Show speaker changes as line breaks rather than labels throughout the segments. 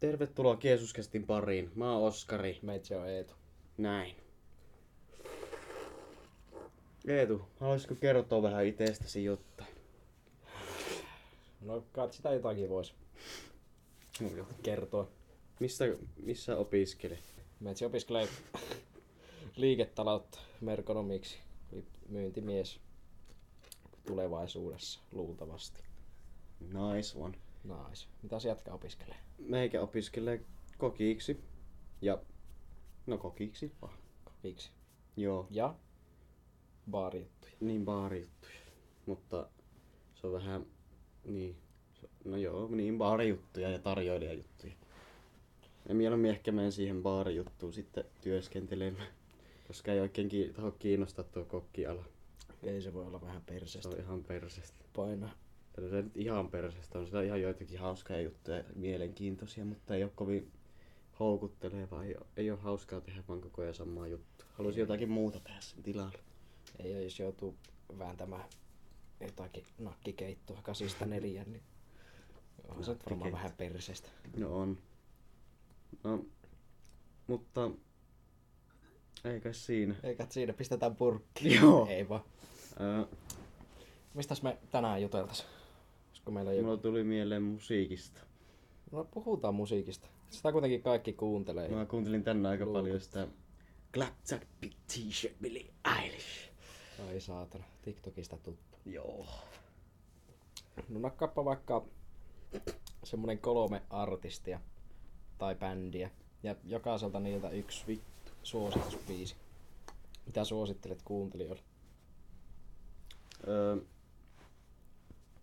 Tervetuloa Jeesuskästin pariin. Mä oon Oskari.
Metsä on Eetu.
Näin. Eetu, haluaisitko kertoa vähän itsestäsi jotain?
No kai sitä jotakin voisi kertoa.
Mistä, missä opiskelet?
Metsä opiskelee liiketaloutta merkonomiksi, myyntimies tulevaisuudessa luultavasti.
Nice one.
Nais. Mitä se jätkä opiskelee?
Meikä opiskelee kokiksi. Ja... No kokiksi vaan.
Miksi?
Joo,
Ja baarijuttuja.
niin baarijuttuja. Mutta se on vähän... Niin. se- No joo, niin baarijuttuja ja tarjoilijajuttuja. Ja mieluummin ehkä menen siihen baarijuttuun sitten työskentelemään. Koska ei oikein ki- taho kiinnostaa tuo kokkiala.
Ei se voi olla vähän
Se
perseestä.
on ihan persestä.
Painaa.
Tai no se nyt ihan persestä on. Sillä on ihan joitakin hauskoja juttuja, mielenkiintoisia, mutta ei ole kovin houkuttelevaa. Ei, oo- ei ole hauskaa tehdä vaan koko ajan samaa juttua. Haluaisin jotakin muuta tehdä sen tilalle.
Ei ole, jos joutuu vääntämään jotakin nakkikeittoa kasista neljään, niin on se nyt varmaan
Nakkikeitto.
vähän perseestä.
No on. No, mutta eikä siinä.
Eikä siinä, pistetään purkki.
Joo.
Ei vaan.
Ää,
Mistäs me tänään juteltais? Olisiko meillä joku...
mulla tuli mieleen musiikista.
No puhutaan musiikista. Sitä kuitenkin kaikki kuuntelee.
Mä kuuntelin tänne aika
Luukut.
paljon sitä Clap that big t-shirt Billie Eilish.
Ai saatana, TikTokista tuttu.
Joo.
No nakkaappa vaikka semmonen kolme artistia tai bändiä. Ja jokaiselta niiltä yksi vittu suositusbiisi. Mitä suosittelet kuuntelijoille,
Öö,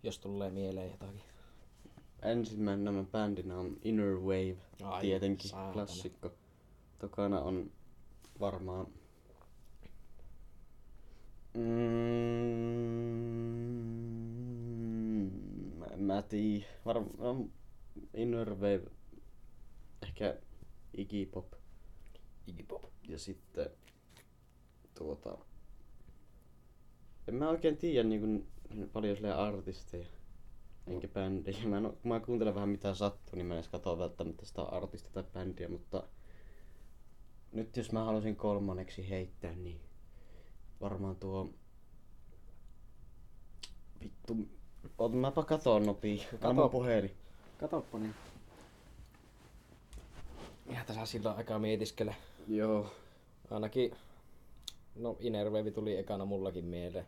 jos tulee mieleen jotakin?
ensimmäinen nämä bändinä on Inner Wave,
Ai,
tietenkin
saatana.
klassikko. Tokana on varmaan... Mm, mä- mä tii. Varmaan Inner Wave, ehkä Iggy Pop
Iggy Pop.
ja sitten tuota... En mä oikein tiedä niin kuin, paljon silleen artisteja. Enkä bändejä. Mä, en, oo- kun mä kuuntelen vähän mitä sattuu, niin mä en edes katso välttämättä sitä artistia tai bändiä, mutta nyt jos mä haluaisin kolmanneksi heittää, niin varmaan tuo... Vittu, oot mäpä katoon nopii. Kato. Ai mun
Kato.
puhelin.
Katoppa niin. Ja tässä sillä aikaa mietiskele.
Joo.
Ainakin, no Innerwave tuli ekana mullakin mieleen.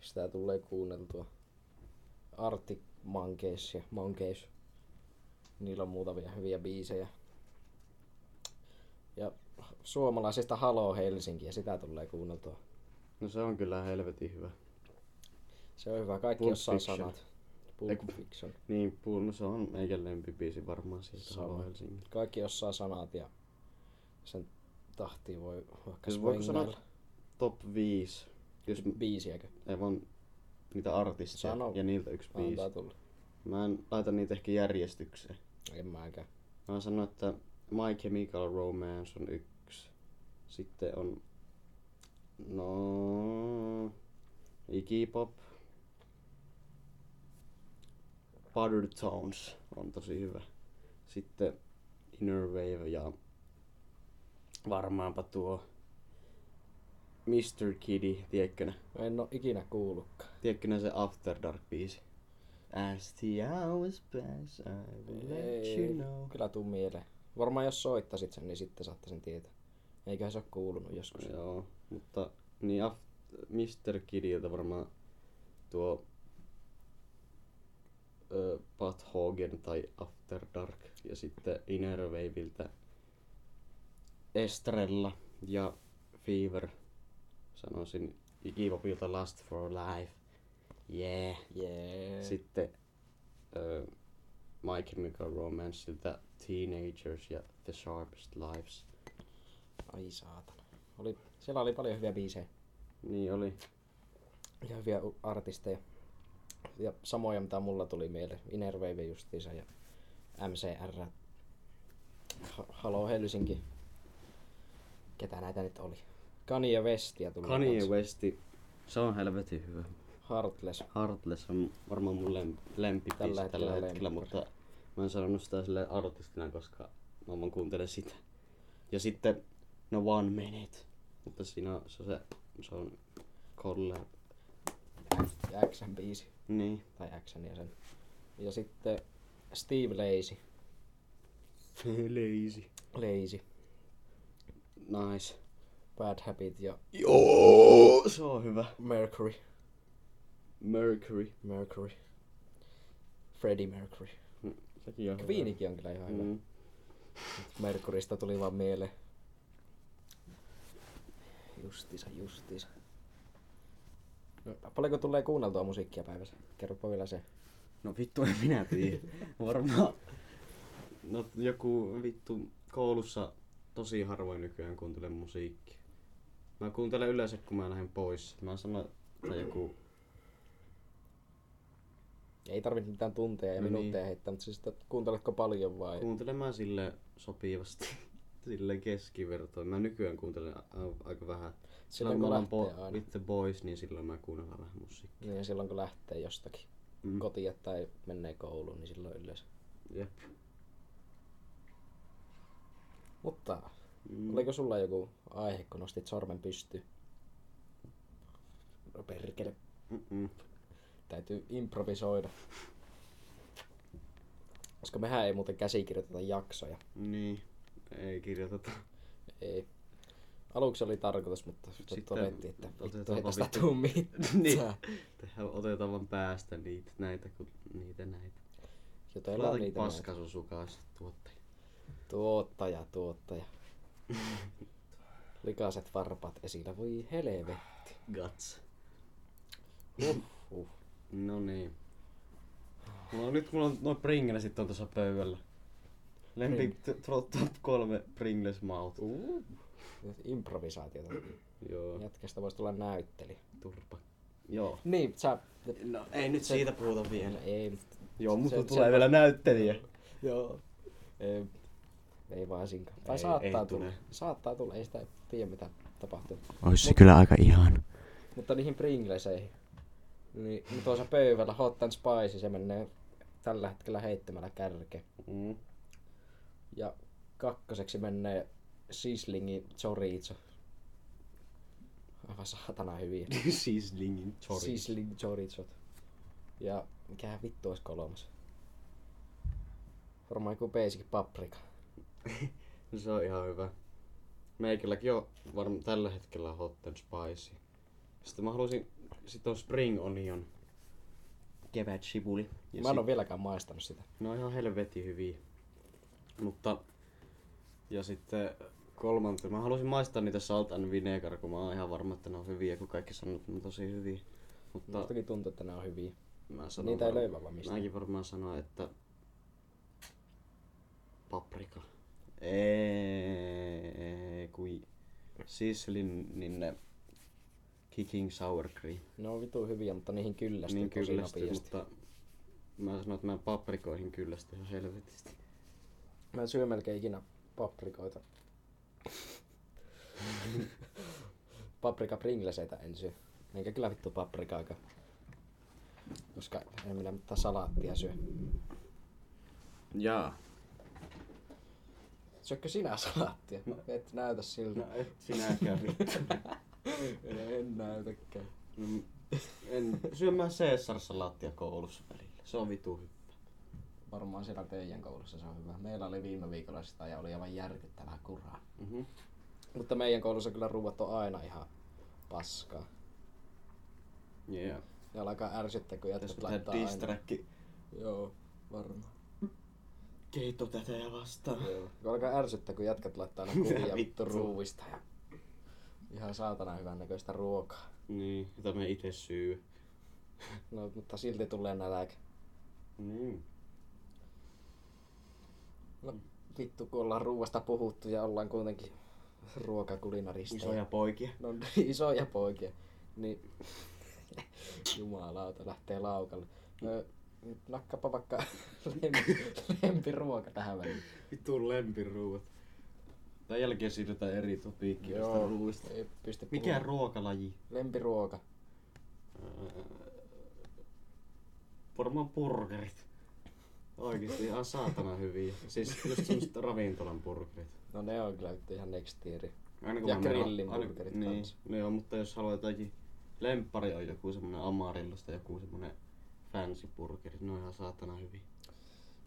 Sitä tulee kuunneltua. Arctic Monkeys ja Monkeys. Niillä on muutamia hyviä biisejä. Ja suomalaisista Halo Helsinki ja sitä tulee kuunneltua.
No se on kyllä helvetin hyvä.
Se on hyvä, kaikki
Pulp
osaa
Fiction.
sanat. Pulp
Eiku.
Fiction.
Niin, puun, no se on meikä lempibiisi varmaan siitä
Sama.
Halo Helsingin.
Kaikki osaa sanat ja sen tahtiin voi vaikka
Siis voiko sanoa-
swengailla.
Top 5, jos m-
Biisiäkö?
ei vaan niitä artisteja
Sano.
ja niiltä yksi biisi.
Antaa tulla.
Mä en laita niitä ehkä järjestykseen.
En mäkään.
Mä sanon, että My Chemical Romance on yksi. Sitten on... No... Iggy Pop. Butter Tones on tosi hyvä. Sitten Inner Wave ja varmaanpa tuo Mr. Kiddy, tiedätkö nä?
En oo ikinä kuullutkaan.
Tiedätkö nää se After Dark biisi? As the hours pass, I will let you know.
Kyllä tuu mieleen. Varmaan jos soittasit sen, niin sitten saatte sen tietää. Eiköhän se ole kuulunut joskus.
Joo, mutta niin af, Mr. Kidiltä varmaan tuo ö, Pat Hogan tai After Dark ja sitten Inner Waveiltä Estrella ja Fever. Sanoisin Igipopilta Last for Life. Yeah.
Jee. Sit...
Sitten ö, My Chemical Romanceilta Teenagers ja The Sharpest Lives.
Ai saatana. Oli, siellä oli paljon hyviä biisejä
Niin oli.
ja hyviä u- artisteja. Ja samoja mitä mulla tuli mieleen. Innerwave justiinsa ja MCR. Ha- Halo Helsinki. Ketä näitä nyt oli? Kanye Westia tuli.
Kanye
kans.
Westi, se on helvetin hyvä.
Heartless.
Heartless on varmaan mun lem- lempibiisi
Tällä
tällä,
hetkellä
hetkellä,
lemppari.
mutta Mä en sanonut sitä sille artistina, koska mä vaan kuuntelen sitä. Ja sitten, no one minute. Mutta siinä on se, se, se on collab.
Xn biisi.
Niin.
Tai Xn ja sen. Ja sitten Steve Leisi.
Lazy.
Leisi.
Nice.
Bad Habit ja
Joo, se on hyvä.
Mercury.
Mercury.
Mercury. Freddie Mercury.
Sekin on hyvä.
Queenikin on kyllä ihan hyvä.
Mm.
Merkurista tuli vaan mieleen. Justiinsa, justiinsa. No, paljonko tulee kuunneltua musiikkia päivässä? Kerropa vielä se.
No vittu en minä tiedä. Varmaan. No joku vittu koulussa tosi harvoin nykyään kuuntelen musiikkia. Mä kuuntelen yleensä kun mä lähden pois. Mä sanon, että joku...
Ei tarvitse mitään tunteja ja
No niin.
minuutteja heittää, mutta siis että kuunteletko paljon vai?
Kuuntelen mä sille sopivasti. Sille keskivertoon. Mä nykyään kuuntelen a- a- aika vähän. Silloin
silloin
kun
kun
ollaan
lähtee
po-
aina.
with the boys, niin silloin mä kuunnellaan vähän musiikkia.
Niin, silloin kun lähtee jostakin
Mm.
kotia tai menee kouluun, niin silloin yleensä.
Jep.
Mutta
Mm.
oliko sulla joku aihe, kun nostit sormen pystyyn? No perkele,
Mm-mm.
täytyy improvisoida. Koska mehän ei muuten käsikirjoiteta jaksoja.
Niin. Ei kirjoiteta.
Ei. Aluksi oli tarkoitus, mutta sitten
Sitten
todettiin, että
otetaan
vittu ei
vaan
tästä
vittu.
tuu mitään.
Niin. Tehdään, otetaan vaan päästä niitä, näitä, kun niitä, näitä.
Jutellaan
Laitakin
niitä näitä.
paskasusukaasti tuotteita.
Tuottaja, tuottaja. Likaiset varpat esillä, voi helve.
Guts.
Huh, huh.
No niin. Mulla on, nyt mulla on noin Pringlesit on tuossa pöydällä. Lempi t- tro- top kolme Pringles maut.
Uh. Improvisaatiota.
Joo.
Jätkästä voisi tulla näytteli.
Turpa. Joo.
Niin, sä...
No ei nyt siitä puhuta vielä.
Ei, mutta
Joo, mutta
Se-
tulee
se-
vielä näyttelijä.
Joo. Ei, ei varsinkaan. Tai
Ei-
saattaa
ei
tulla.
tule.
Saattaa tulla, ei sitä tiedä mitä tapahtuu.
Ois se kyllä aika ihan.
Mutta niihin Pringleseihin. Niin, niin tuossa pöydällä Hot and Spicy, se menee tällä hetkellä heittämällä kärke.
Mm.
Ja kakkoseksi menee Sislingi Chorizo. Aivan saatana hyviä.
Sislingin chori.
Sisling Chorizot. Ja mikähän vittu olisi kolmas? Varmaan joku basic paprika.
Se on ihan hyvä. Meikälläkin on varmaan tällä hetkellä hot and spicy. Sitten mä haluaisin, sit on spring onion. Kevät sipuli.
Ja Mä en oo vieläkään maistanut sitä.
Ne on ihan helvetin hyviä. Mutta... Ja sitten kolmantena. Mä haluaisin maistaa niitä salt and vinegar, kun mä oon ihan varma, että ne on hyviä, kun kaikki sanoo, että ne on tosi hyviä. Mutta
Mustakin tuntuu, että ne on hyviä.
mä sanon
Niitä ei
varmaan-
löyvä vaan mistään.
Mäkin varmaan sanoin, että paprika. Ei, kui sislin niin ne kicking sour cream.
Ne on vitu hyviä, mutta niihin kyllästyy
Niin
niin tosi
kyllästy,
nopeasti.
Niin mutta mä sanon, että mä paprikoihin kyllästy ihan helvetisti.
Mä en syö melkein ikinä paprikoita. paprika pringleseitä en syö. Enkä kyllä vittu paprikaakaan. Koska en minä mitään salaattia syö.
Jaa.
Syökö sinä salaattia? No. Et näytä siltä.
No et sinäkään vittu.
en näytäkään.
No, en syö mä Caesar-salaattia koulussa välillä. Se on vitu hyvä.
Varmaan siellä teidän koulussa se on hyvä. Meillä oli viime viikolla sitä ja oli aivan järkyttävää kuraa.
Mm-hmm.
Mutta meidän koulussa kyllä ruuat on aina ihan paskaa.
Yeah.
Ne alkaa ärsyttää, kun
Tässä
jätkät
pitää
laittaa aina.
distrakki.
Joo, varmaan.
Keitto tätä ja vastaan.
Joo. Kun alkaa ärsyttää, kun jätkät laittaa aina kuvia vittu
Vittu.
ruuista ja ihan saatana hyvän näköistä ruokaa.
Niin, jota me itse syy.
No, mutta silti tulee nälkä.
Niin.
No, vittu, kun ollaan ruuasta puhuttu ja ollaan kuitenkin ruokakulinaristeja.
Isoja poikia.
No, isoja poikia. Niin, jumalauta, lähtee laukalle. Öö, nakkapa vaikka lempi, lempiruoka tähän väliin.
Vittu lempiruuat. Tämän jälkeen siirrytään eri topiikkiin tästä ruuista.
ei pysty
Mikä
puhumaan.
ruokalaji?
Lempiruoka.
Äh, Varmaan burgerit. Oikeesti ihan saatana hyviä. Siis just semmoset ravintolan burgerit.
No ne on kyllä nyt ihan next tieri.
Aina
Ja
mä menen-
grillin
aina-
burgerit
niin,
kanssa.
no joo, mutta jos haluaa jotakin lemppari on joku semmonen amarillosta, joku semmonen fancy burgeri, ne on ihan saatana hyviä.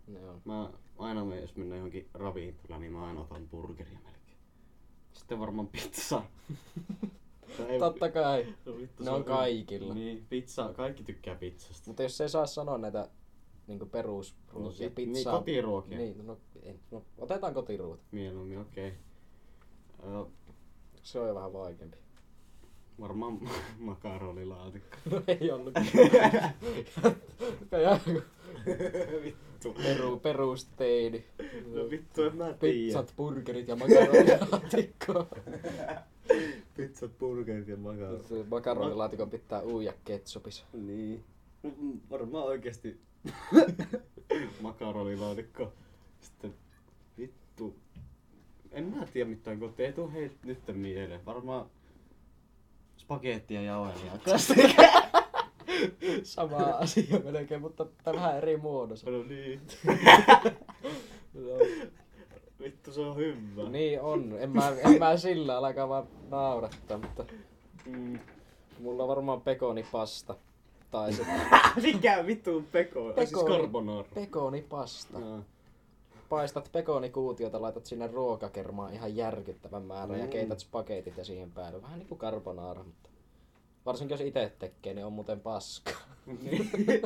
Ne on.
Mä aina menen, jos mennään johonkin ravintolaan, niin mä aina otan burgeria melkein. Sitten varmaan pizza. Tai ei-
Totta kai.
No vittu,
Ne
se
on kaikilla.
Niin, pizza, kaikki tykkää pizzasta.
Mutta jos ei saa sanoa näitä niinku
No
perusruokia,
sit-
pizzaa.
Niin, kotiruokia.
Niin, no, en, no, otetaan kotiruut.
Mieluummin, okei. Ö,
Se on jo vähän vaikeampi.
varmaan makaronilaatikko.
No ei ollut. Kai joku
vittu.
peru, perusteini.
No vittu, en mä tiedä.
Pizzat, burgerit ja makaronilaatikko.
Pizzat, burgerit ja makaronit.
Se Makaronilaatikon pitää uuja ketsupis.
Niin. Varmaan oikeesti makaronilaatikko. Sitten vittu. En mä tiedä mitään kotiin. Ei tuu heit nyt mieleen. Varmaan spagettia ja oelia.
Sama asia melkein, mutta tää vähän eri muodossa.
no niin. No, Vittu se on hyvä.
Niin on. En mä, en mä sillä alkaa vaan naurattaa, mutta
Mm.
mulla on varmaan pekonipasta. Tai se
Mikä vittu on peko? Ai siis
Pekoni.
carbonara. Ah.
pekonipasta.
Joo.
Paistat pekonikuutiota, laitat sinne ruokakermaan ihan järkyttävän määrän ja
Mm.
keität spagetit ja siihen päälle. Vähän niinku carbonara, mutta varsinkin jos itse tekee, niin on muuten paska.
Niin.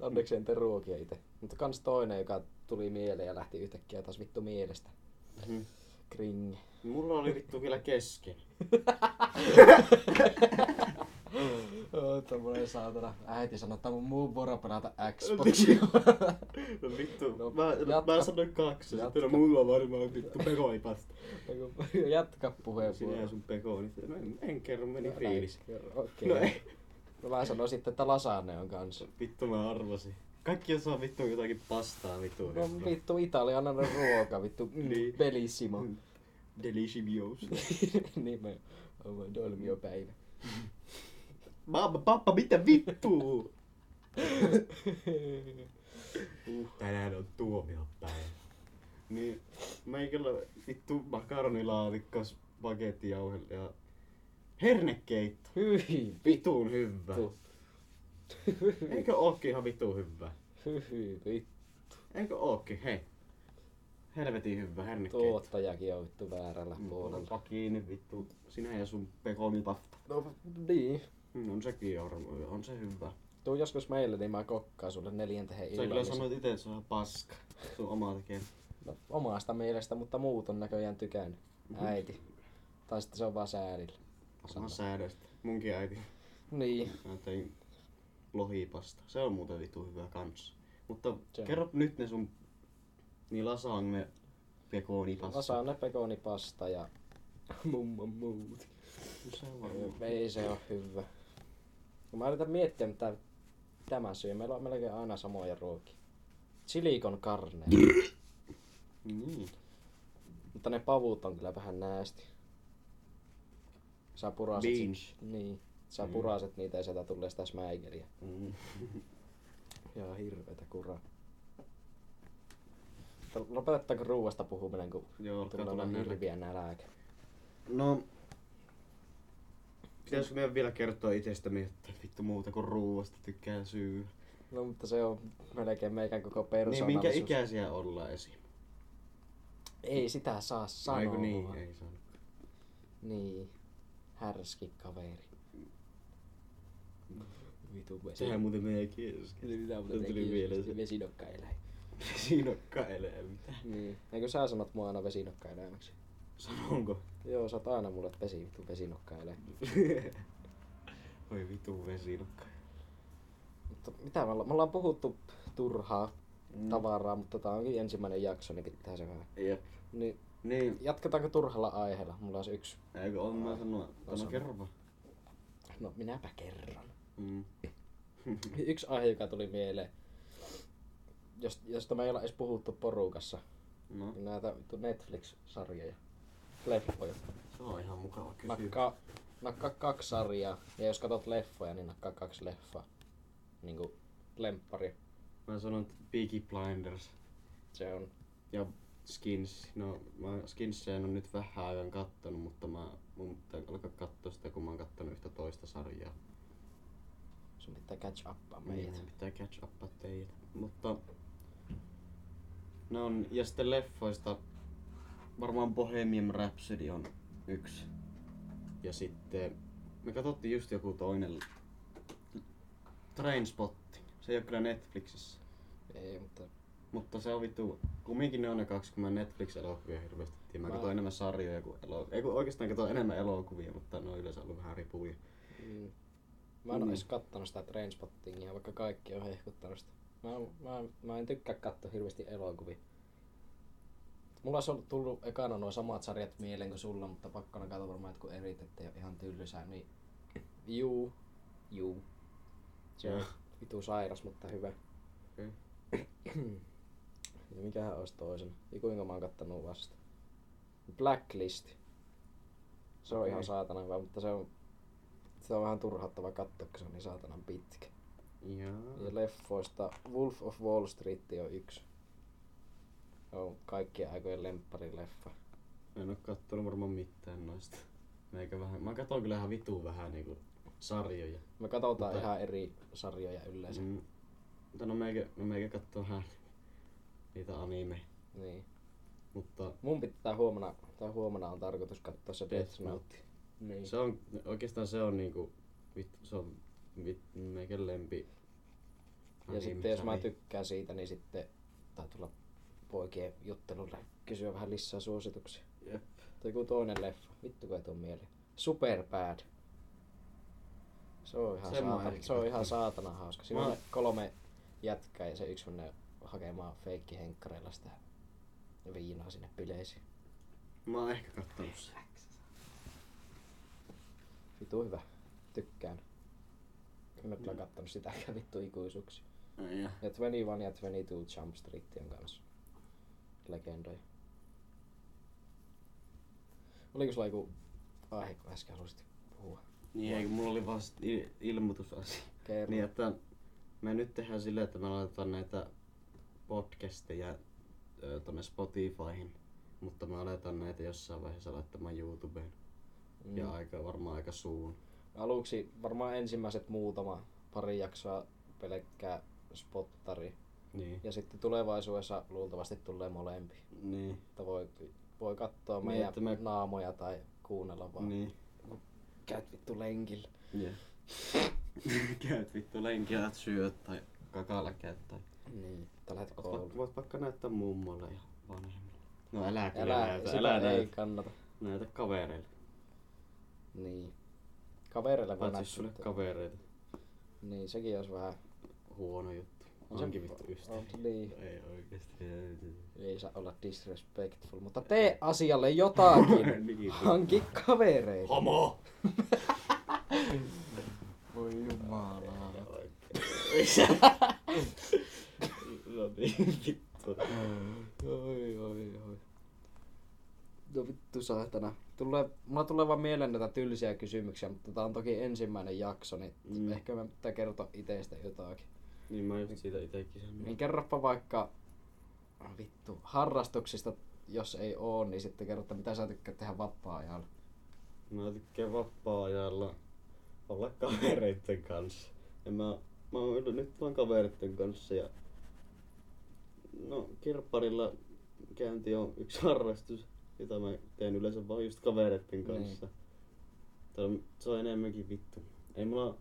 Onneksi en tee ruokia itse. Mutta kans toinen, joka tuli mieleen ja lähti yhtäkkiä taas vittu mielestä.
Mhm.
Kring.
Mulla oli vittu vielä kesken.
Oh, tommonen saatana. Äiti sanoi, että mun muu vuoro pelata Xboxia.
No vittu,
No,
mä,
jatka.
mä sanoin kaksi,
Jatka.
sitten no, mulla on varmaan vittu pekoipasta.
Jatka
Sinä ja
puheenvuoro.
sun pekooni. No, en, en kerro, meni fiilis.
Okei.
No
No,
ei.
mä sanoin sitten, että lasagne on No kanssa.
Vittu mä arvasin. Kaikki osaa vittu jotakin pastaa vittu.
No vittu italialainen ruoka, vittu
Niin. Mm.
niin. belissimo.
Delicious.
Nime on dolmio päivä.
Mamma, pappa, mitä vittu? Tänään on tuomiopäivä. Niin, meikällä vittu makaronilaatikko, spagetti, jauhe ja hernekeitto.
Hyi
Vituun hyvä.
vittu.
Eikö ookin ihan vituun hyvä?
Hyi vittu.
Eikö ookin, hei. Helvetin hyvä hernekeitto.
Tuottajakin on vittu väärällä
Mm.
puolella.
Olipa kiinni vittu. Sinä ja sun pekonipasta.
No niin.
Mm, On sekin arvo, on se hyvä.
Tuu joskus meille, niin mä kokkaan sulle neljäntehen
Sä kyllä
illallisen.
sanoit itse, että se on ihan paska. Sun omaa tekee.
No, omasta mielestä, mutta muut on näköjään tykännyt.
Mm-hmm.
Äiti. Tai sitten se on vaan säälillä.
Sama säädöstä. Munkin äiti.
Niin.
Mä tein lohipasta. Se on muuten vitu hyvä kans. Mutta
Se on.
kerro nyt ne sun... Niin lasagne pekonipasta.
Lasagne, pekonipasta ja mummo muuti.
Se on varmaan.
Ei se on hyvä. No Mä yritän miettiä, mitä tämä syö. Meillä on melkein aina samoja ruokia. Silikon karne.
Niin.
Mutta ne pavut on kyllä vähän näästi. Sä puraset,
Beans.
Niin. Sä
Mm.
puraset niitä ja sieltä tulee sitä smäikeliä.
Mm.
Ihan hirveetä kuraa. Mutta Lopetettaanko ruuasta puhuminen, kun
Joo, alkaa
tulee
tulla
olla
nälkä.
hirviä nälääkä?
No... Pitäisikö meidän vielä kertoa itsestämme, että vittu muuta kuin ruuasta tykkää syy?
No mutta se on melkein meikän koko
Niin
persoonallisuus.
minkä ikäisiä ollaan esim?
Ei sitä saa sanoa.
Aiku niin, ei sano.
Niin. Härski kaveri. Vitu vesi.
Sehän muuten meidän kesken.
mitä siis
se tuli mieleen se.
Vesinokka eläin.
Vesinokka elämä.
Niin. Eikö sä sanot mua aina vesinokka eläimeksi?
Sanonko?
Joo, sä oot aina mulle että vesi, vitu vesinokka eläin.
Voi vitu vesinokka.
Mutta mitä me ollaan, me ollaan puhuttu turhaa
Mm.
tavaraa, mutta tää onkin ensimmäinen jakso, niin pitää se vähän.
Jep.
Niin,
Niin,
jatketaanko turhalla aiheella? Mulla on se yksi.
eikö on mä sanoa,
No
tämä
sano.
kerro vaan.
No minäpä kerron.
Mm.
yksi aihe, joka tuli mieleen, jos- josta me ei olla edes puhuttu porukassa,
No,
niin näitä vittu Netflix-sarjoja, leffoja.
se on ihan mukava kysymys.
Nakkaa, nakkaa kaksi sarjaa, ja jos katsot leffoja, niin nakkaa kaksi leffaa. Niinku lemppari
Mä sanon että Peaky Blinders
Se on.
ja Skins. No mä Skinsia en oo nyt vähän ajan kattonut, mutta mä, mun pitää alkaa katsoa sitä, kun mä oon kattonut yhtä toista sarjaa.
Sun pitää catch uppaa meitä.
Meidän pitää catch upaa teitä. Mutta... Ne on, ja sitten leffoista varmaan Bohemian Rhapsody on yksi. Ja sitten me katsottiin just joku toinen Trainspotting. Se ei ole kyllä Netflixissä.
Ei, mutta
Mutta se on vittu, kumminkin ne on ne kaksi, kun mä Netflix-elokuvia hirveästi tiedän.
Mä-
Mä, mä... katsoin enemmän sarjoja kuin elokuvia. Ei kun oikeastaan katsoin enemmän elokuvia, mutta ne on yleensä ollut vähän ripuja.
mm, mä en mm.
Mm.
ole edes kattonut sitä Trainspottingia, vaikka kaikki on hehkuttanut sitä. Mä, oon- mä, oon- mä en tykkää katsoa hirveästi elokuvia. Mulla olisi ollut tullut ekana nuo samat sarjat mieleen kuin sulla, mutta pakkona katsoa varmaan jotkut erit, ettei ole ihan tylsää, niin juu, juu. Se on
Joo.
vitu sairas, mutta hyvä.
Okei.
Ja mikähän olisi toisen? Ja kuinka mä oon kattanut vasta? Blacklist. Se on
Okei.
ihan saatana hyvä, mutta se on, se on vähän turhauttava katsoa, kun se on niin saatanan pitkä.
Joo.
Ja leffoista Wolf of Wall Street on yksi. Se on kaikkien aikojen lempparileffa.
Mä en oo kattonut varmaan mitään noista. Meikä vähän, mä katon kyllä ihan vitu vähän niinku sarjoja.
Me katsotaan
Mutta-
ihan eri sarjoja yleensä. Mm.
Mm. Mutta no meikä, no meikä kattoo vähän niitä anime.
Niin.
Mutta
Mun pitää huomenna, tai huomenna on tarkoitus katsoa se Death Note. Niin.
se on, oikeastaan se on niinku, vittu, se on vit, meikän lempi No
Ja
niin,
sitten jos mä
animesarja.
tykkään siitä, niin sitten tai tulla poikien juttelulle kysyä vähän lisää suosituksia.
Jep.
Tai joku toinen leffa. Vittu kun ei tuu mieleen. Superbad. Se on ihan,
Sen mä oon
saatana,
ainakin
se on ihan
katsonut.
saatana hauska. Siinä
Mä-
on ne kolme jätkää ja se yksi menee hakemaan feikkihenkkareilla sitä viinaa sinne bileisiin.
Mä oon ehkä kattonut sen.
Vitu hyvä. Tykkään. En ole
Mm.
kyllä kattonut sitäkään vittu ikuisuuksia.
Ai ja.
Ja 21 ja 22 Jump Street on kanssa legendoja. Oliko sulla joku aihe, kun äsken halusit puhua?
Niin, ei, kun mulla oli vasta il- ilmoitusasia.
Kerro.
Niin, että me nyt tehdään silleen, että me laitetaan näitä podcasteja ö, tonne Spotifyhin, mutta me aletaan näitä jossain vaiheessa laittamaan YouTubeen. Mm. Ja aika, varmaan aika suun.
Aluksi varmaan ensimmäiset muutama pari jaksoa pelkkää spottari.
Niin.
Ja sitten tulevaisuudessa luultavasti tulee molempi.
Niin.
Että voi, voi katsoa
Niin,
meidän
että me-
naamoja tai kuunnella vaan.
Niin.
Käyt vittu lenkillä.
Yeah. Käyt vittu lenkillä, et syöt tai kakalla käyt tai...
Niin. Tällä hetkellä
Voit,
koululla.
va- voit vaikka näyttää mummolle ja vanhemmille. No älä kyllä älä,
Älä,
näytä,
sitä
älä
ei
näytä.
kannata.
Näytä kavereille.
Niin. Kavereille voi
Paitsi jos
näyttää.
sulle kavereita.
Niin, sekin olisi vähän...
Huono juttu.
On se-
Onkin vittu ystäviä.
on- niin.
Ei oikeesti.
Ei saa olla disrespectful, mutta tee asialle jotakin.
Niin.
Hanki kavereita.
Homo!
Voi jumala.
No niin, vittu.
Oi, oi, oi. No vittu saatana. Tulee, mulla tulee vaan mieleen näitä tylsiä kysymyksiä, mutta tää on toki ensimmäinen jakso, niin
Mm.
ehkä mä pitää kertoa itestä jotakin.
Niin mä just siitä itekin sen
Niin kerropa vaikka ah, vittu harrastuksista, jos ei oo, niin sitten kerro, että mitä sä tykkäät tehdä vapaa-ajalla.
Mä tykkään vapaa-ajalla olla kavereitten kanssa. Ja mä, mä oon ollut nyt vaan kavereitten kanssa ja... No, kirpparilla käynti on yksi harrastus, jota mä teen yleensä vaan just kavereitten kanssa. Niin. Se on enemmänkin vittu. Ei mulla...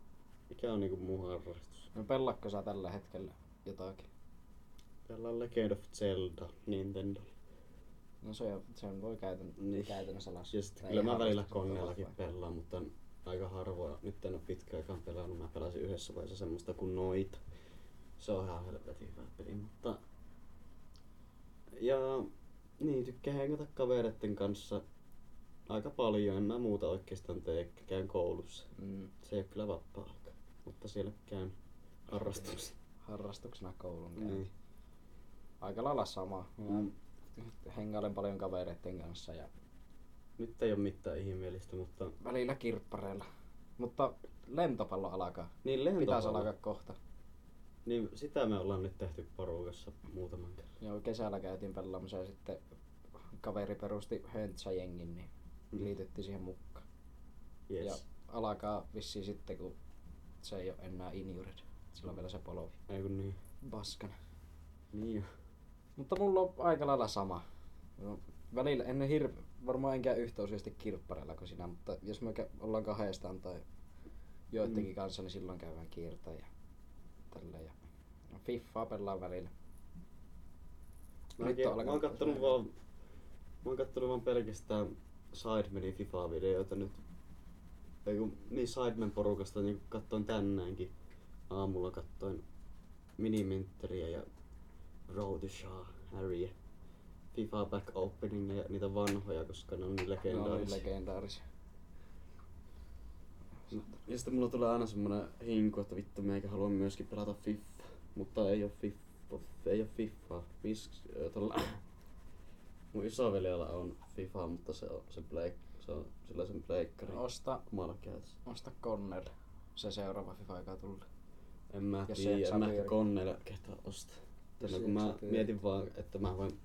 Mikä on niinku muu harrastus?
No pellakko sä tällä hetkellä jotakin?
Täällä on Legend of Zelda Nintendo.
No se, on- sen voi käytän, niin.
Niin.
käytännössä laskea.
Ja sitten kyllä mä välillä koneellakin pelaan, mutta aika harvoin. Nyt en ole pitkään aikaan pelannut. Mä pelasin yhdessä vaiheessa semmoista kuin Noita. Se on ihan helvetin hyvä peli, mutta... Ja niin, tykkään hengätä kavereiden kanssa aika paljon. En mä muuta oikeastaan tee, käyn koulussa.
Mm,
Se ei ole kyllä vapaa-aika, mutta siellä käyn harrastuksia.
harrastuksena koulun käynti.
Niin. Mm.
Niin. Aika lailla sama.
Ja
Hengailen paljon kavereiden kanssa ja
Nyt ei ole mitään ihmeellistä, mutta...
välillä kirppareilla. Mutta lentopallo alkaa.
Niin
Pitäisi
lentopallo.
alkaa kohta.
Niin sitä me ollaan nyt tehty porukassa muutaman kerran.
Joo, kesällä käytiin pelaamassa ja sitten kaveri perusti höntsäjengin, niin
Mm.
liitettiin siihen mukaan.
Yes.
Ja alkaa vissiin sitten, kun se ei ole enää injured. Sillä on vielä se polvi.
Ei kun niin.
Paskana.
Niin jo.
Mutta mulla on aika lailla sama. No, välillä en hir- varmaan en käy yhtä useasti kirppareilla kuin sinä, mutta jos me kä- ollaan kahdestaan tai joidenkin
Mm.
kanssa, niin silloin käydään kiirtä ja tälleen. Ja no, Fiffaa pelaan välillä.
Mä,
Nyt
en,
on
mä oon
alkanut-
kattonut vaan, mä oon kattonut vaan pelkästään Sidemenin FIFA-videoita nyt. Ei kun, niin Sidemen porukasta niin kattoin tänäänkin. Aamulla kattoin Miniminteriä ja Road to Shaw, Harry FIFA Back Opening ja niitä vanhoja, koska ne on niin
Ne on niin
legendaarisia.
legendaarisia.
Ja sitten mulla tulee aina semmonen hinku, että vittu meikä haluaa myöskin pelata FIFA, mutta ei oo FIFA, ei oo FIFA. Mis, ö, tuolla, mun isoveljellä on FIFA, mutta se on, se pleik, se on sillä sen pleikkari.
Osta,
Kumalla käytössä.
osta Conner. Se seuraava FIFA, joka tulee.
En mä
Ja
tiedä,
sen
en mä
Xavier.
ehkä koneella kehtaa ostaa. Tänne,
sen
kun mä
Xavier.
mietin vaan, että mä voin,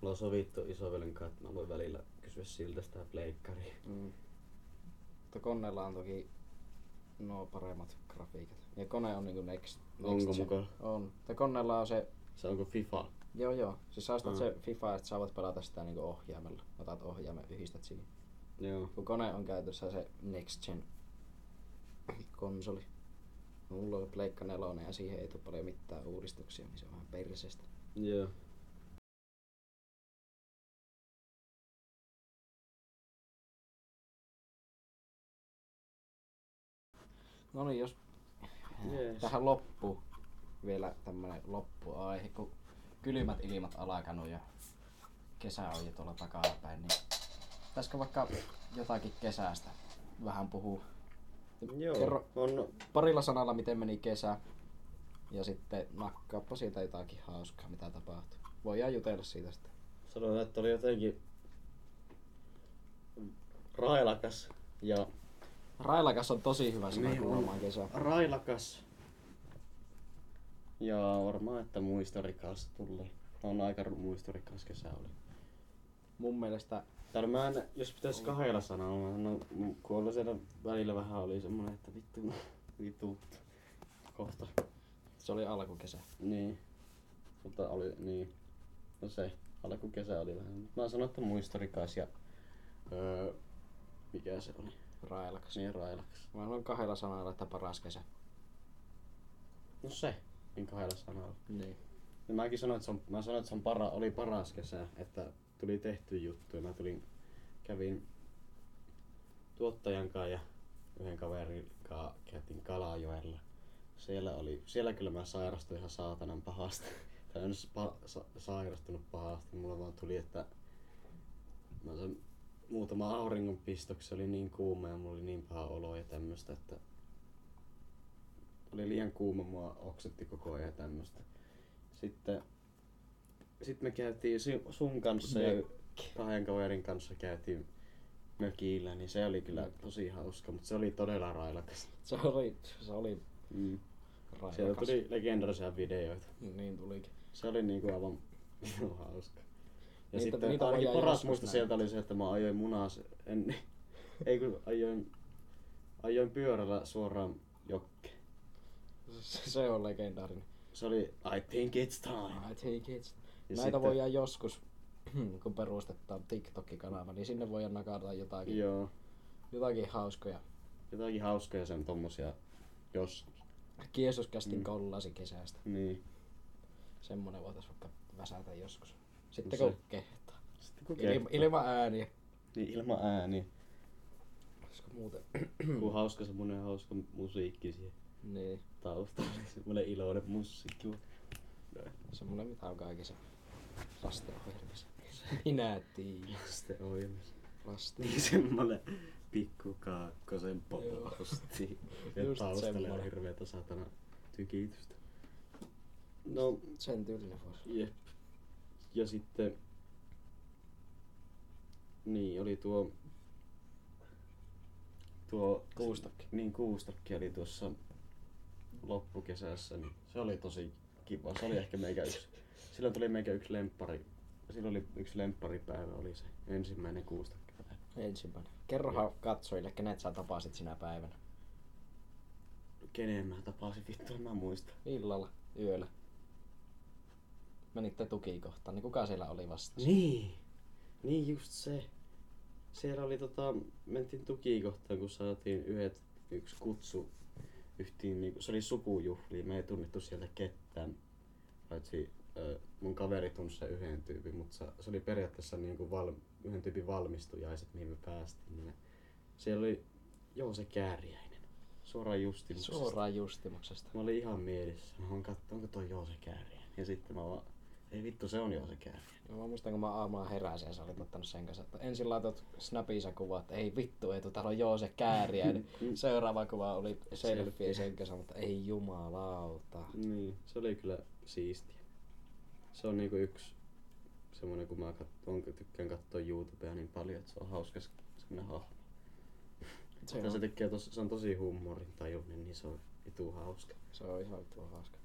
mulla on sovittu isoveljen kanssa, että mä voin välillä kysyä siltä sitä pleikkaria.
Mm. Mutta koneella on toki no paremmat grafiikat. Ja kone on niinku next, next
Onko
gen.
muka?
On. Mutta koneella on se,
Se onko FIFA?
joo joo. Siis sä ostat
Mm.
se FIFA, että sä voit pelata sitä niinku ohjaimella. Otat ohjaimen, yhdistät siihen.
Joo.
Kun kone on käytössä se next gen konsoli. Mulla on Pleikka 4 ja siihen ei tule paljon mitään uudistuksia, niin se on vähän perseestä.
Joo.
No niin, jos
Jees.
tähän loppuun vielä tämmönen loppuaihe, kun kylmät ilmat alkanut ja kesä on jo tuolla takapäin, niin pitäisikö vaikka jotakin kesästä vähän puhua?
Joo.
Kerro
On
parilla sanalla, miten meni kesä ja sitten nakkaappa siitä jotakin hauskaa, mitä tapahtui. Voidaan jutella siitä sitten.
sanotaan, että oli jotenkin railakas ja
Railakas on tosi hyvä sana
Niin on.
kuulemaan kesä.
railakas ja varmaan, että muistorikas tulee. On aika ru- muistorikas kesä oli.
Mun mielestä
Täällä mä en, jos pitäisi kahdella sanoa, mä sanon, mun- kun olla siellä välillä vähän oli semmonen, että vittu, vittu, kohta.
se oli alkukesä.
Niin. Mutta oli, niin. No se, alkukesä oli vähän. mut Mä sanon, että muistorikas ja öö, mikä se oli?
Railakas.
Niin railakas.
Mä sanon kahdella sanalla, että paras kesä.
No se, en kahdella sanalla.
Niin.
Ja mäkin sanoin, että se, on, mä sanoin, että se on para, oli paras kesä, että tuli tehty juttu ja mä tulin, kävin tuottajan kanssa ja yhden kaverin kanssa käytiin Kalajoella. Siellä, oli, siellä kyllä mä sairastuin ihan saatanan pahasti. Tai en spa, sa, sairastunut pahasti, mulla vaan tuli, että mä sen muutama auringonpisto, kun se oli niin kuuma ja mulla oli niin paha olo ja tämmöstä, että oli liian kuuma, mua oksetti koko ajan ja tämmöstä. Sitten sit me käytiin si- sun kanssa ja kahden kaverin kanssa käytiin mökillä, niin se oli kyllä tosi hauska, mutta se oli todella railakas.
Se oli, se oli
Mm.
raikas.
Siellä tuli legendarisia videoita.
Niin tulikin.
Se oli niinku aivan vitun hauska. Ja
Niitä-
sitten
niitä
ainakin
voidaan
paras
joskus
muista
nähdä.
sieltä oli se, että mä ajoin munas en, ei kun ajoin, ajoin pyörällä suoraan jokkeen.
Se, se on legendaarinen.
Se oli I think it's time.
I take it.
Ja
Näitä
sitten-
sitten... voidaan joskus, kun perustetaan TikTok-kanava, niin sinne voidaan nakata jotakin,
Joo.
jotakin hauskoja.
Jotakin hauskoja sen tommosia, jos,
Kiesuskästin
Mm.
mm. kollasi kesästä.
niin.
Semmonen voitais vaikka väsätä joskus. Sitten
No
kun
se-
kehtaa.
Sitten kun
Ilma,
kertoo.
ilman ääniä.
Niin ilman ääniä.
Koska muuten...
Kun hauska semmonen hauska musiikki siihen
niin.
taustalla. Semmonen iloinen musiikki.
Semmonen mitä on kaikissa lastenohjelmissa. Minä tiedän.
Lasten ohjelmassa.
Lasten.
Niin semmonen pikku kaakkosen poposti. Ja
Just
taustalla on
semmonen.
hirveetä satana tykitystä. No,
Sen tyylinen voisi.
jep. Ja sitten... Niin, oli tuo... Tuo...
Kuustokki.
Niin, kuustokki oli tuossa loppukesässä, niin se oli tosi kiva. Se oli ehkä meikä yksi. Silloin tuli meikä yksi lemppari. Silloin oli yksi lempparipäivä, oli se ensimmäinen kuusta.
Ensimmäinen. Kerrohan katsojille, kenet sä tapasit sinä päivänä.
Kenen mä tapasin vittu, en mä muista.
Illalla, yöllä. Menitte tukikohtaan, niin kuka siellä oli vastassa?
Niin. Niin just se. Siellä oli tota, mentiin tukikohtaan, kun saatiin yhdet, yksi kutsu yhtiin, niinku, se oli sukujuhli, me ei tunnettu sieltä ketään. Paitsi ö, mun kaveri tunsi sen yhden tyypin, mutta se, se oli periaatteessa niinku val, yhden tyypin valmistujaiset, mihin me päästiin. Niin ne- siellä oli Joose Kääriäinen, suoraan justimuksesta.
Suoraan Justimuksesta.
Mä olin ihan mielissä. Mä oon katsoin, onko toi Joose Kääriäinen. Ja sitten mä vaan, ei vittu, se on Joose Kääriäinen.
Ja mä muistan, kun mä aamulla heräsin ja sä olit ottanut sen kanssa, että ensin laitot Snapissa kuva, että ei vittu, ei tu, täällä on Joose Kääriäinen. Seuraava kuva oli selfie sen kanssa, mutta ei jumalauta.
Niin, se oli kyllä siistiä. Se on niinku yksi semmonen, kun mä katson, tykkään katsoa YouTubea niin paljon, että se on hauska se- semmonen hahmo.
Se
Ja se,
on,
tekee tos, se on tosi huumorintajuinen, niin se on vitu hauska.
se on ihan vittu hauska.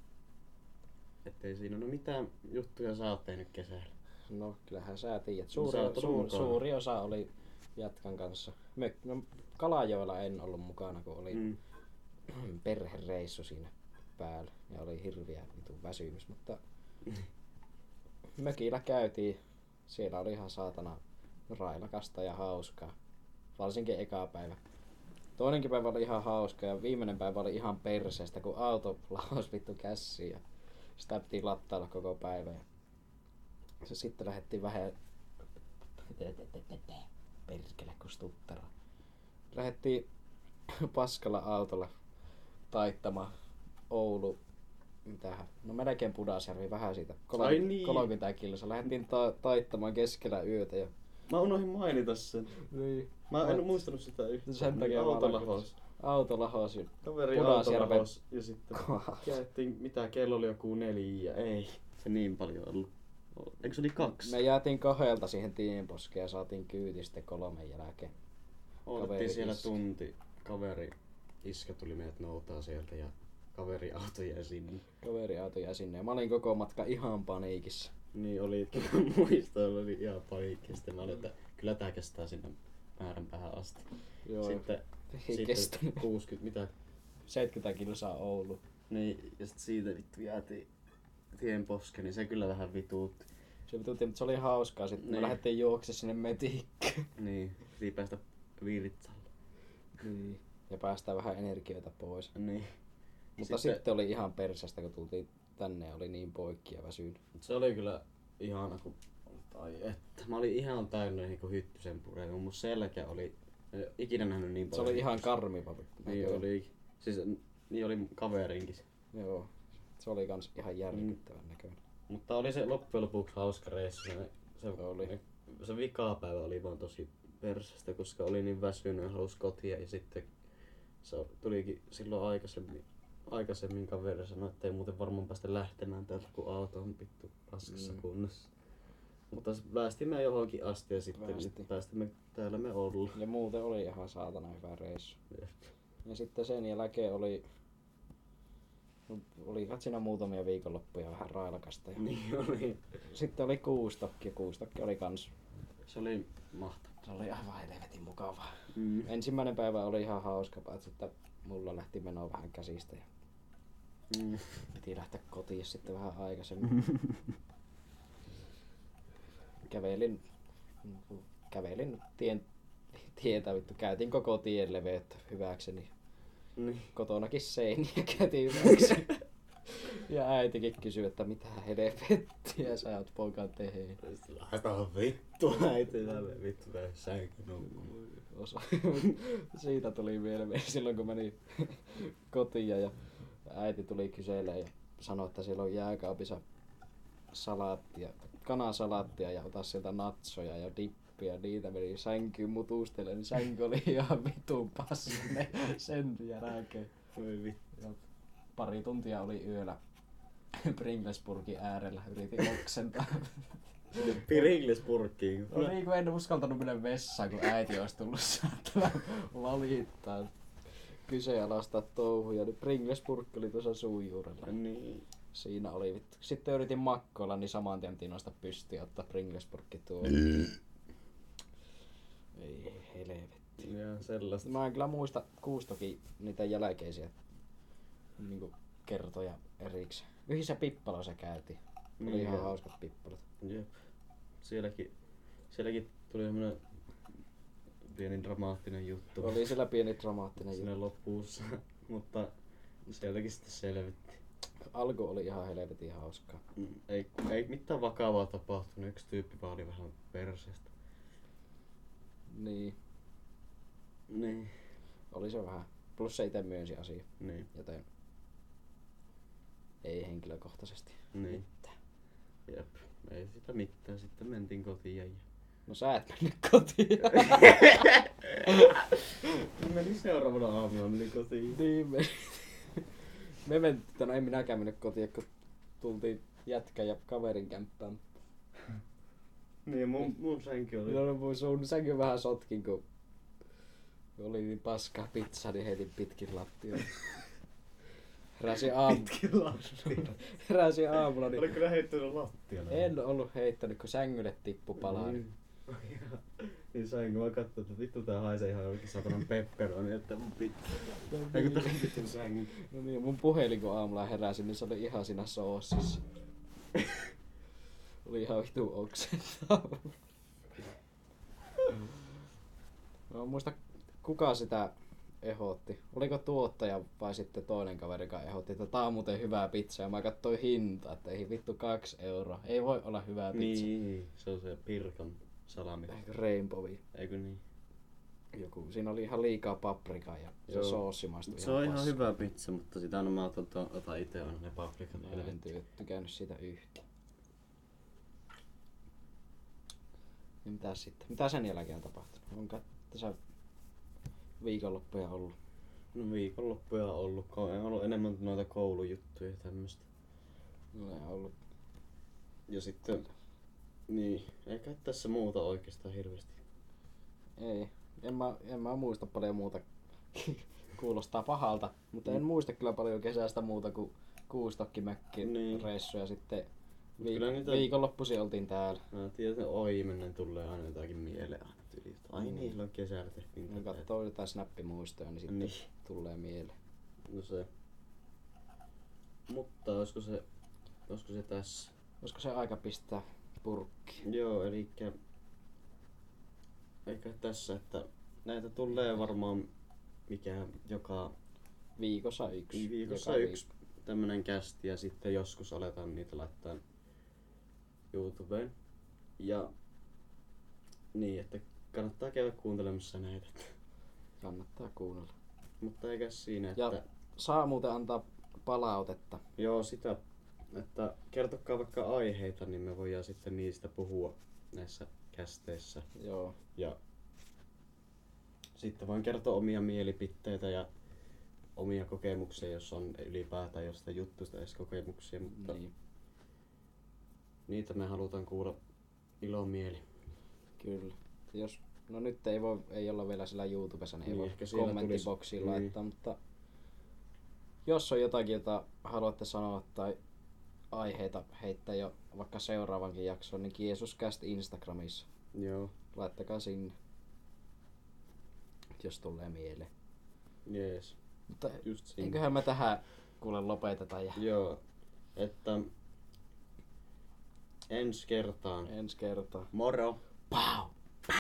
Ettei siinä no mitään juttuja sä oot tehnyt kesällä.
No kyllähän sä tiedät. Suuri,
sä oot ollut
suur,
mukana.
suuri osa oli Jatkan kanssa. Me, no, Kalajoella en ollut mukana, kun oli
Mm.
perhereissu siinä päällä ja oli hirviä vitun väsymys, mutta mökillä käytiin. Siellä oli ihan saatana railakasta ja hauskaa. Varsinkin eka päivä. Toinenkin päivä oli ihan hauska ja viimeinen päivä oli ihan perseestä, kun auto laos vittu kässiin ja sitä piti lattailla koko päivä. Ja se sitten lähdettiin vähän... Perkele, kun stuttera. Lähdettiin paskalla autolla taittama Oulu, mitähän, no melkein Pudasjärvi, vähän siitä, 30,
niin.
30 kilsa. Lähdettiin ta- taittamaan keskellä yötä ja...
Mä unohdin mainita sen.
Niin.
Mä en muistanut sitä yhtään.
Sen takia mä
autolla
aloitin.
hos.
Autolla hosin.
Kaveri
Pudasjärven-
autolla hos. Ja sitten
Kohdassa.
käytiin, mitä, kello oli joku neljä. Ei, se niin paljon ollut. Eikö se oli kaksi?
Me jäätiin kahdelta siihen tienposkeen ja saatiin kyyti sitten kolmen jälkeen. Kaveri
Odotettiin siellä
iski.
tunti. Kaveri iskä tuli meidät noutaa sieltä ja kaveri auto jäi sinne.
Kaveriauto jäi sinne ja mä olin koko matka ihan paniikissa.
Niin oli, mä muistan, oli ihan paikki. Sitten mä olin, että kyllä tää kestää sinne määränpäähän asti.
Joo,
sitten,
ei
sitten
kestänyt.
60, mitä?
70 kilsaa Oulu.
Niin, ja sitten siitä vittu jäätiin tien poske, niin se kyllä vähän vituutti.
Se vitutti, mutta se oli hauskaa. Sitten me
Niin.
lähdettiin juokse sinne metikköön.
Niin, piti päästä viiritsalle.
Niin. Ja päästään vähän energioita pois.
Niin.
Mutta sitten, sitten oli ihan persästä, kun tultiin tänne, oli niin poikki ja väsynyt.
Se oli kyllä ihana, kun tai että mä olin ihan täynnä niinku hyttysen pureen, kun mun selkä oli, en ole ikinä nähnyt niin
Se
paljon.
oli ihan karmiva.
Niin oli, siis niin oli kaverinkin.
Joo. Se oli kans ihan
Mm.
järkyttävän näköinen.
Mutta oli se loppujen lopuksi hauska reissu. Se, se,
Oli.
se vikapäivä oli vaan tosi persästä, koska oli niin väsynyt ja halusi kotia ja sitten se tulikin silloin aikaisemmin, aikaisemmin kaveri sanoi, että ei muuten varmaan päästä lähtemään täältä, kun auto on vittu paskassa
Mm.
mm. kunnossa. Mutta s- päästimme johonkin asti ja sitten
Päästiin.
Päästi. päästimme täällä me ollaan.
Ja muuten oli ihan saatana hyvä reissu.
Jep.
Ja sitten sen jälkeen oli... no, Oli siinä muutamia viikonloppuja vähän railakasta. Ja...
Niin oli.
Sitten oli kuustokki. Kuustokki oli kans...
Se oli mahtava.
Se oli aivan helvetin mukavaa.
Mm.
Ensimmäinen päivä oli ihan hauska, paitsi että mulla lähti meno vähän käsistä ja
Mm.
piti lähteä kotiin sitten vähän aikaisemmin. kävelin, kävelin tien, tietä vittu, käytin koko tien leveyttä hyväkseni.
Niin.
Kotonakin seiniä käytin hyväkseni. ja äitikin kysyi, että mitä helvettiä sä oot poika tehnyt.
Laita vittu äiti tälle vittu tää sänky nukkuu.
osa. Siitä tuli mieleen silloin kun meni kotiin ja äiti tuli kyselemään ja sanoi, että siellä on jääkaapissa salaattia, kanasalaattia ja ota sieltä natsoja ja dippiä. Niitä meni sänkyyn mutustelle, niin sänky oli ihan vitun passinen sen jälkeen.
Voi vittu.
Ja pari tuntia oli yöllä Pringlesburgin äärellä, yritin oksentaa.
Sinne Pringles-purkkiin.
No niin, kun en uskaltanut mennä vessaan, kun äiti olisi tullut saattaa valittaa. kyseenalaistaa touhuja. Nyt Pringlesburg oli tuossa suun juurella.
Niin.
Siinä oli vittu. Sitten yritin makkoilla, niin saman tien piti nostaa pystyyn ja ottaa Pringlesburgki tuo.
Niin.
Ei helvetti.
Ja sellaista.
Mä en kyllä muista kuustokin niitä jälkeisiä niin kertoja erikseen. Yhdessä pippalossa käytiin. Oli
Niin,
ihan
joo.
hauskat pippalat.
Jep. Sielläkin, sielläkin tuli semmonen pieni dramaattinen juttu.
Oli siellä pieni dramaattinen juttu.
Siinä lopussa. Mutta sielläkin sitten selvitti.
Alku oli ihan helvetin hauskaa.
Mm, Ei, ei mitään vakavaa tapahtunut. Yksi tyyppi vaan oli vähän perseestä.
Niin,
Niin.
oli se vähän. Plus se itse myönsi asia,
Niin.
joten ei henkilökohtaisesti.
Niin. Jep. Ei sitä mitään. Sitten mentiin kotiin ja...
No sä et mennyt kotiin.
Mä menin seuraavana aamuna menin kotiin.
niin me... me mentiin, no en minäkään mennyt kotiin, kun tultiin jätkä ja kaverin kämppään.
Niin, mun, mun sänky oli...
No no mun sun sänky vähän sotkin, kun oli niin paska pizza, niin heitin pitkin lattiaa. Heräsin aamulla.
Pitkin lattia.
Heräsin aamulla, niin
Oliko ne heittänyt lattialle?
en ollut heittänyt, kun sängylle tippu palaa.
Niin. niin sain, kun mä katsoin, että vittu tää haisee ihan oikein satanan pepperoni, että mun pitää. Eikö Niin. tää on vittu sänky?
No niin, mun puhelin kun aamulla heräsin, niin se oli ihan siinä soossissa. oli ihan vitu oksentava. Mä en muista kuka sitä ehdotti. Oliko tuottaja vai sitten toinen kaveri, joka ehdotti, että tää on muuten hyvää pizza. Ja mä katsoin hintaa, että ei vittu kaksi euroa. Ei voi olla hyvää pizza.
Niin, se on se pirkan salami.
Eikö Rainbowi?
Eikö niin?
Joku. Siinä oli ihan liikaa paprikaa ja se
Joo.
soossi maistui
Se on ihan
paskaa.
hyvä pizza, mutta sitä aina mä otan, tuon- otan itse aina ne paprikat.
Mä en ty- tykännyt siitä yhtään. Niin mitä sitten? Mitä sen jälkeen on tapahtunut? Onko tässä viikonloppuja ollut?
No viikonloppuja on ollut, ko- on ollut enemmän noita koulujuttuja ja tämmöstä.
No ei ollut.
Ja sitten, niin, eikä tässä muuta oikeastaan hirveästi.
Ei. En mä, en mä muista paljon muuta. Kuulostaa pahalta, mutta en muista kyllä paljon kesästä muuta kuin kuustokkimökki
Niin.
niin. reissu ja sitten viik-
Kyllä niitä-
viikonloppuisin oltiin täällä.
Mä tiedän, että oimenen tulee aina jotakin mieleen aina tyyli, että Ai niin, silloin kesällä tehtiin
Kun
tätä.
katsoo jotain snappimuistoja, niin sitten
Niin.
niin. tulee mieleen.
No se. Mutta olisiko se, olisiko se tässä?
Olisiko se aika pistää purkki?
Joo, eli eikä tässä, että näitä tulee varmaan mikä joka
Viikossa yksi.
Niin, viikossa
Joka
yksi tämmönen kästi ja sitten joskus aletaan niitä laittaa YouTubeen. Ja niin, että kannattaa käydä kuuntelemassa näitä.
viikko. Kannattaa kuunnella.
Mutta eikä siinä, että...
Ja saa muuten antaa palautetta.
Joo, sitä, että kertokaa vaikka aiheita, niin me voidaan sitten niistä puhua näissä kästeissä.
Joo.
Ja sitten voin kertoa omia mielipiteitä ja omia kokemuksia, jos on ylipäätään jostain juttusta edes kokemuksia, mutta niin.
Niin,
niitä me halutaan kuulla ilomieli.
kyllä. Jos, no nyt ei, voi, ei olla vielä sillä YouTubessa, niin,
Niin,
ei
ehkä
voi
siellä
kommenttiboksiin
tulisi- niin.
laittaa, mutta jos on jotakin, jota haluatte sanoa tai aiheita heittää jo vaikka seuraavankin jaksoon, niin Jeesuscast Instagramissa.
Joo,
Laittakaa sinne, jos tulee mieleen.
jees,
Mutta
just siinä.
eiköhän me tähän kuule lopeteta ja
Joo, että ensi kertaan.
ensi kertaa.
Moro!
Pau!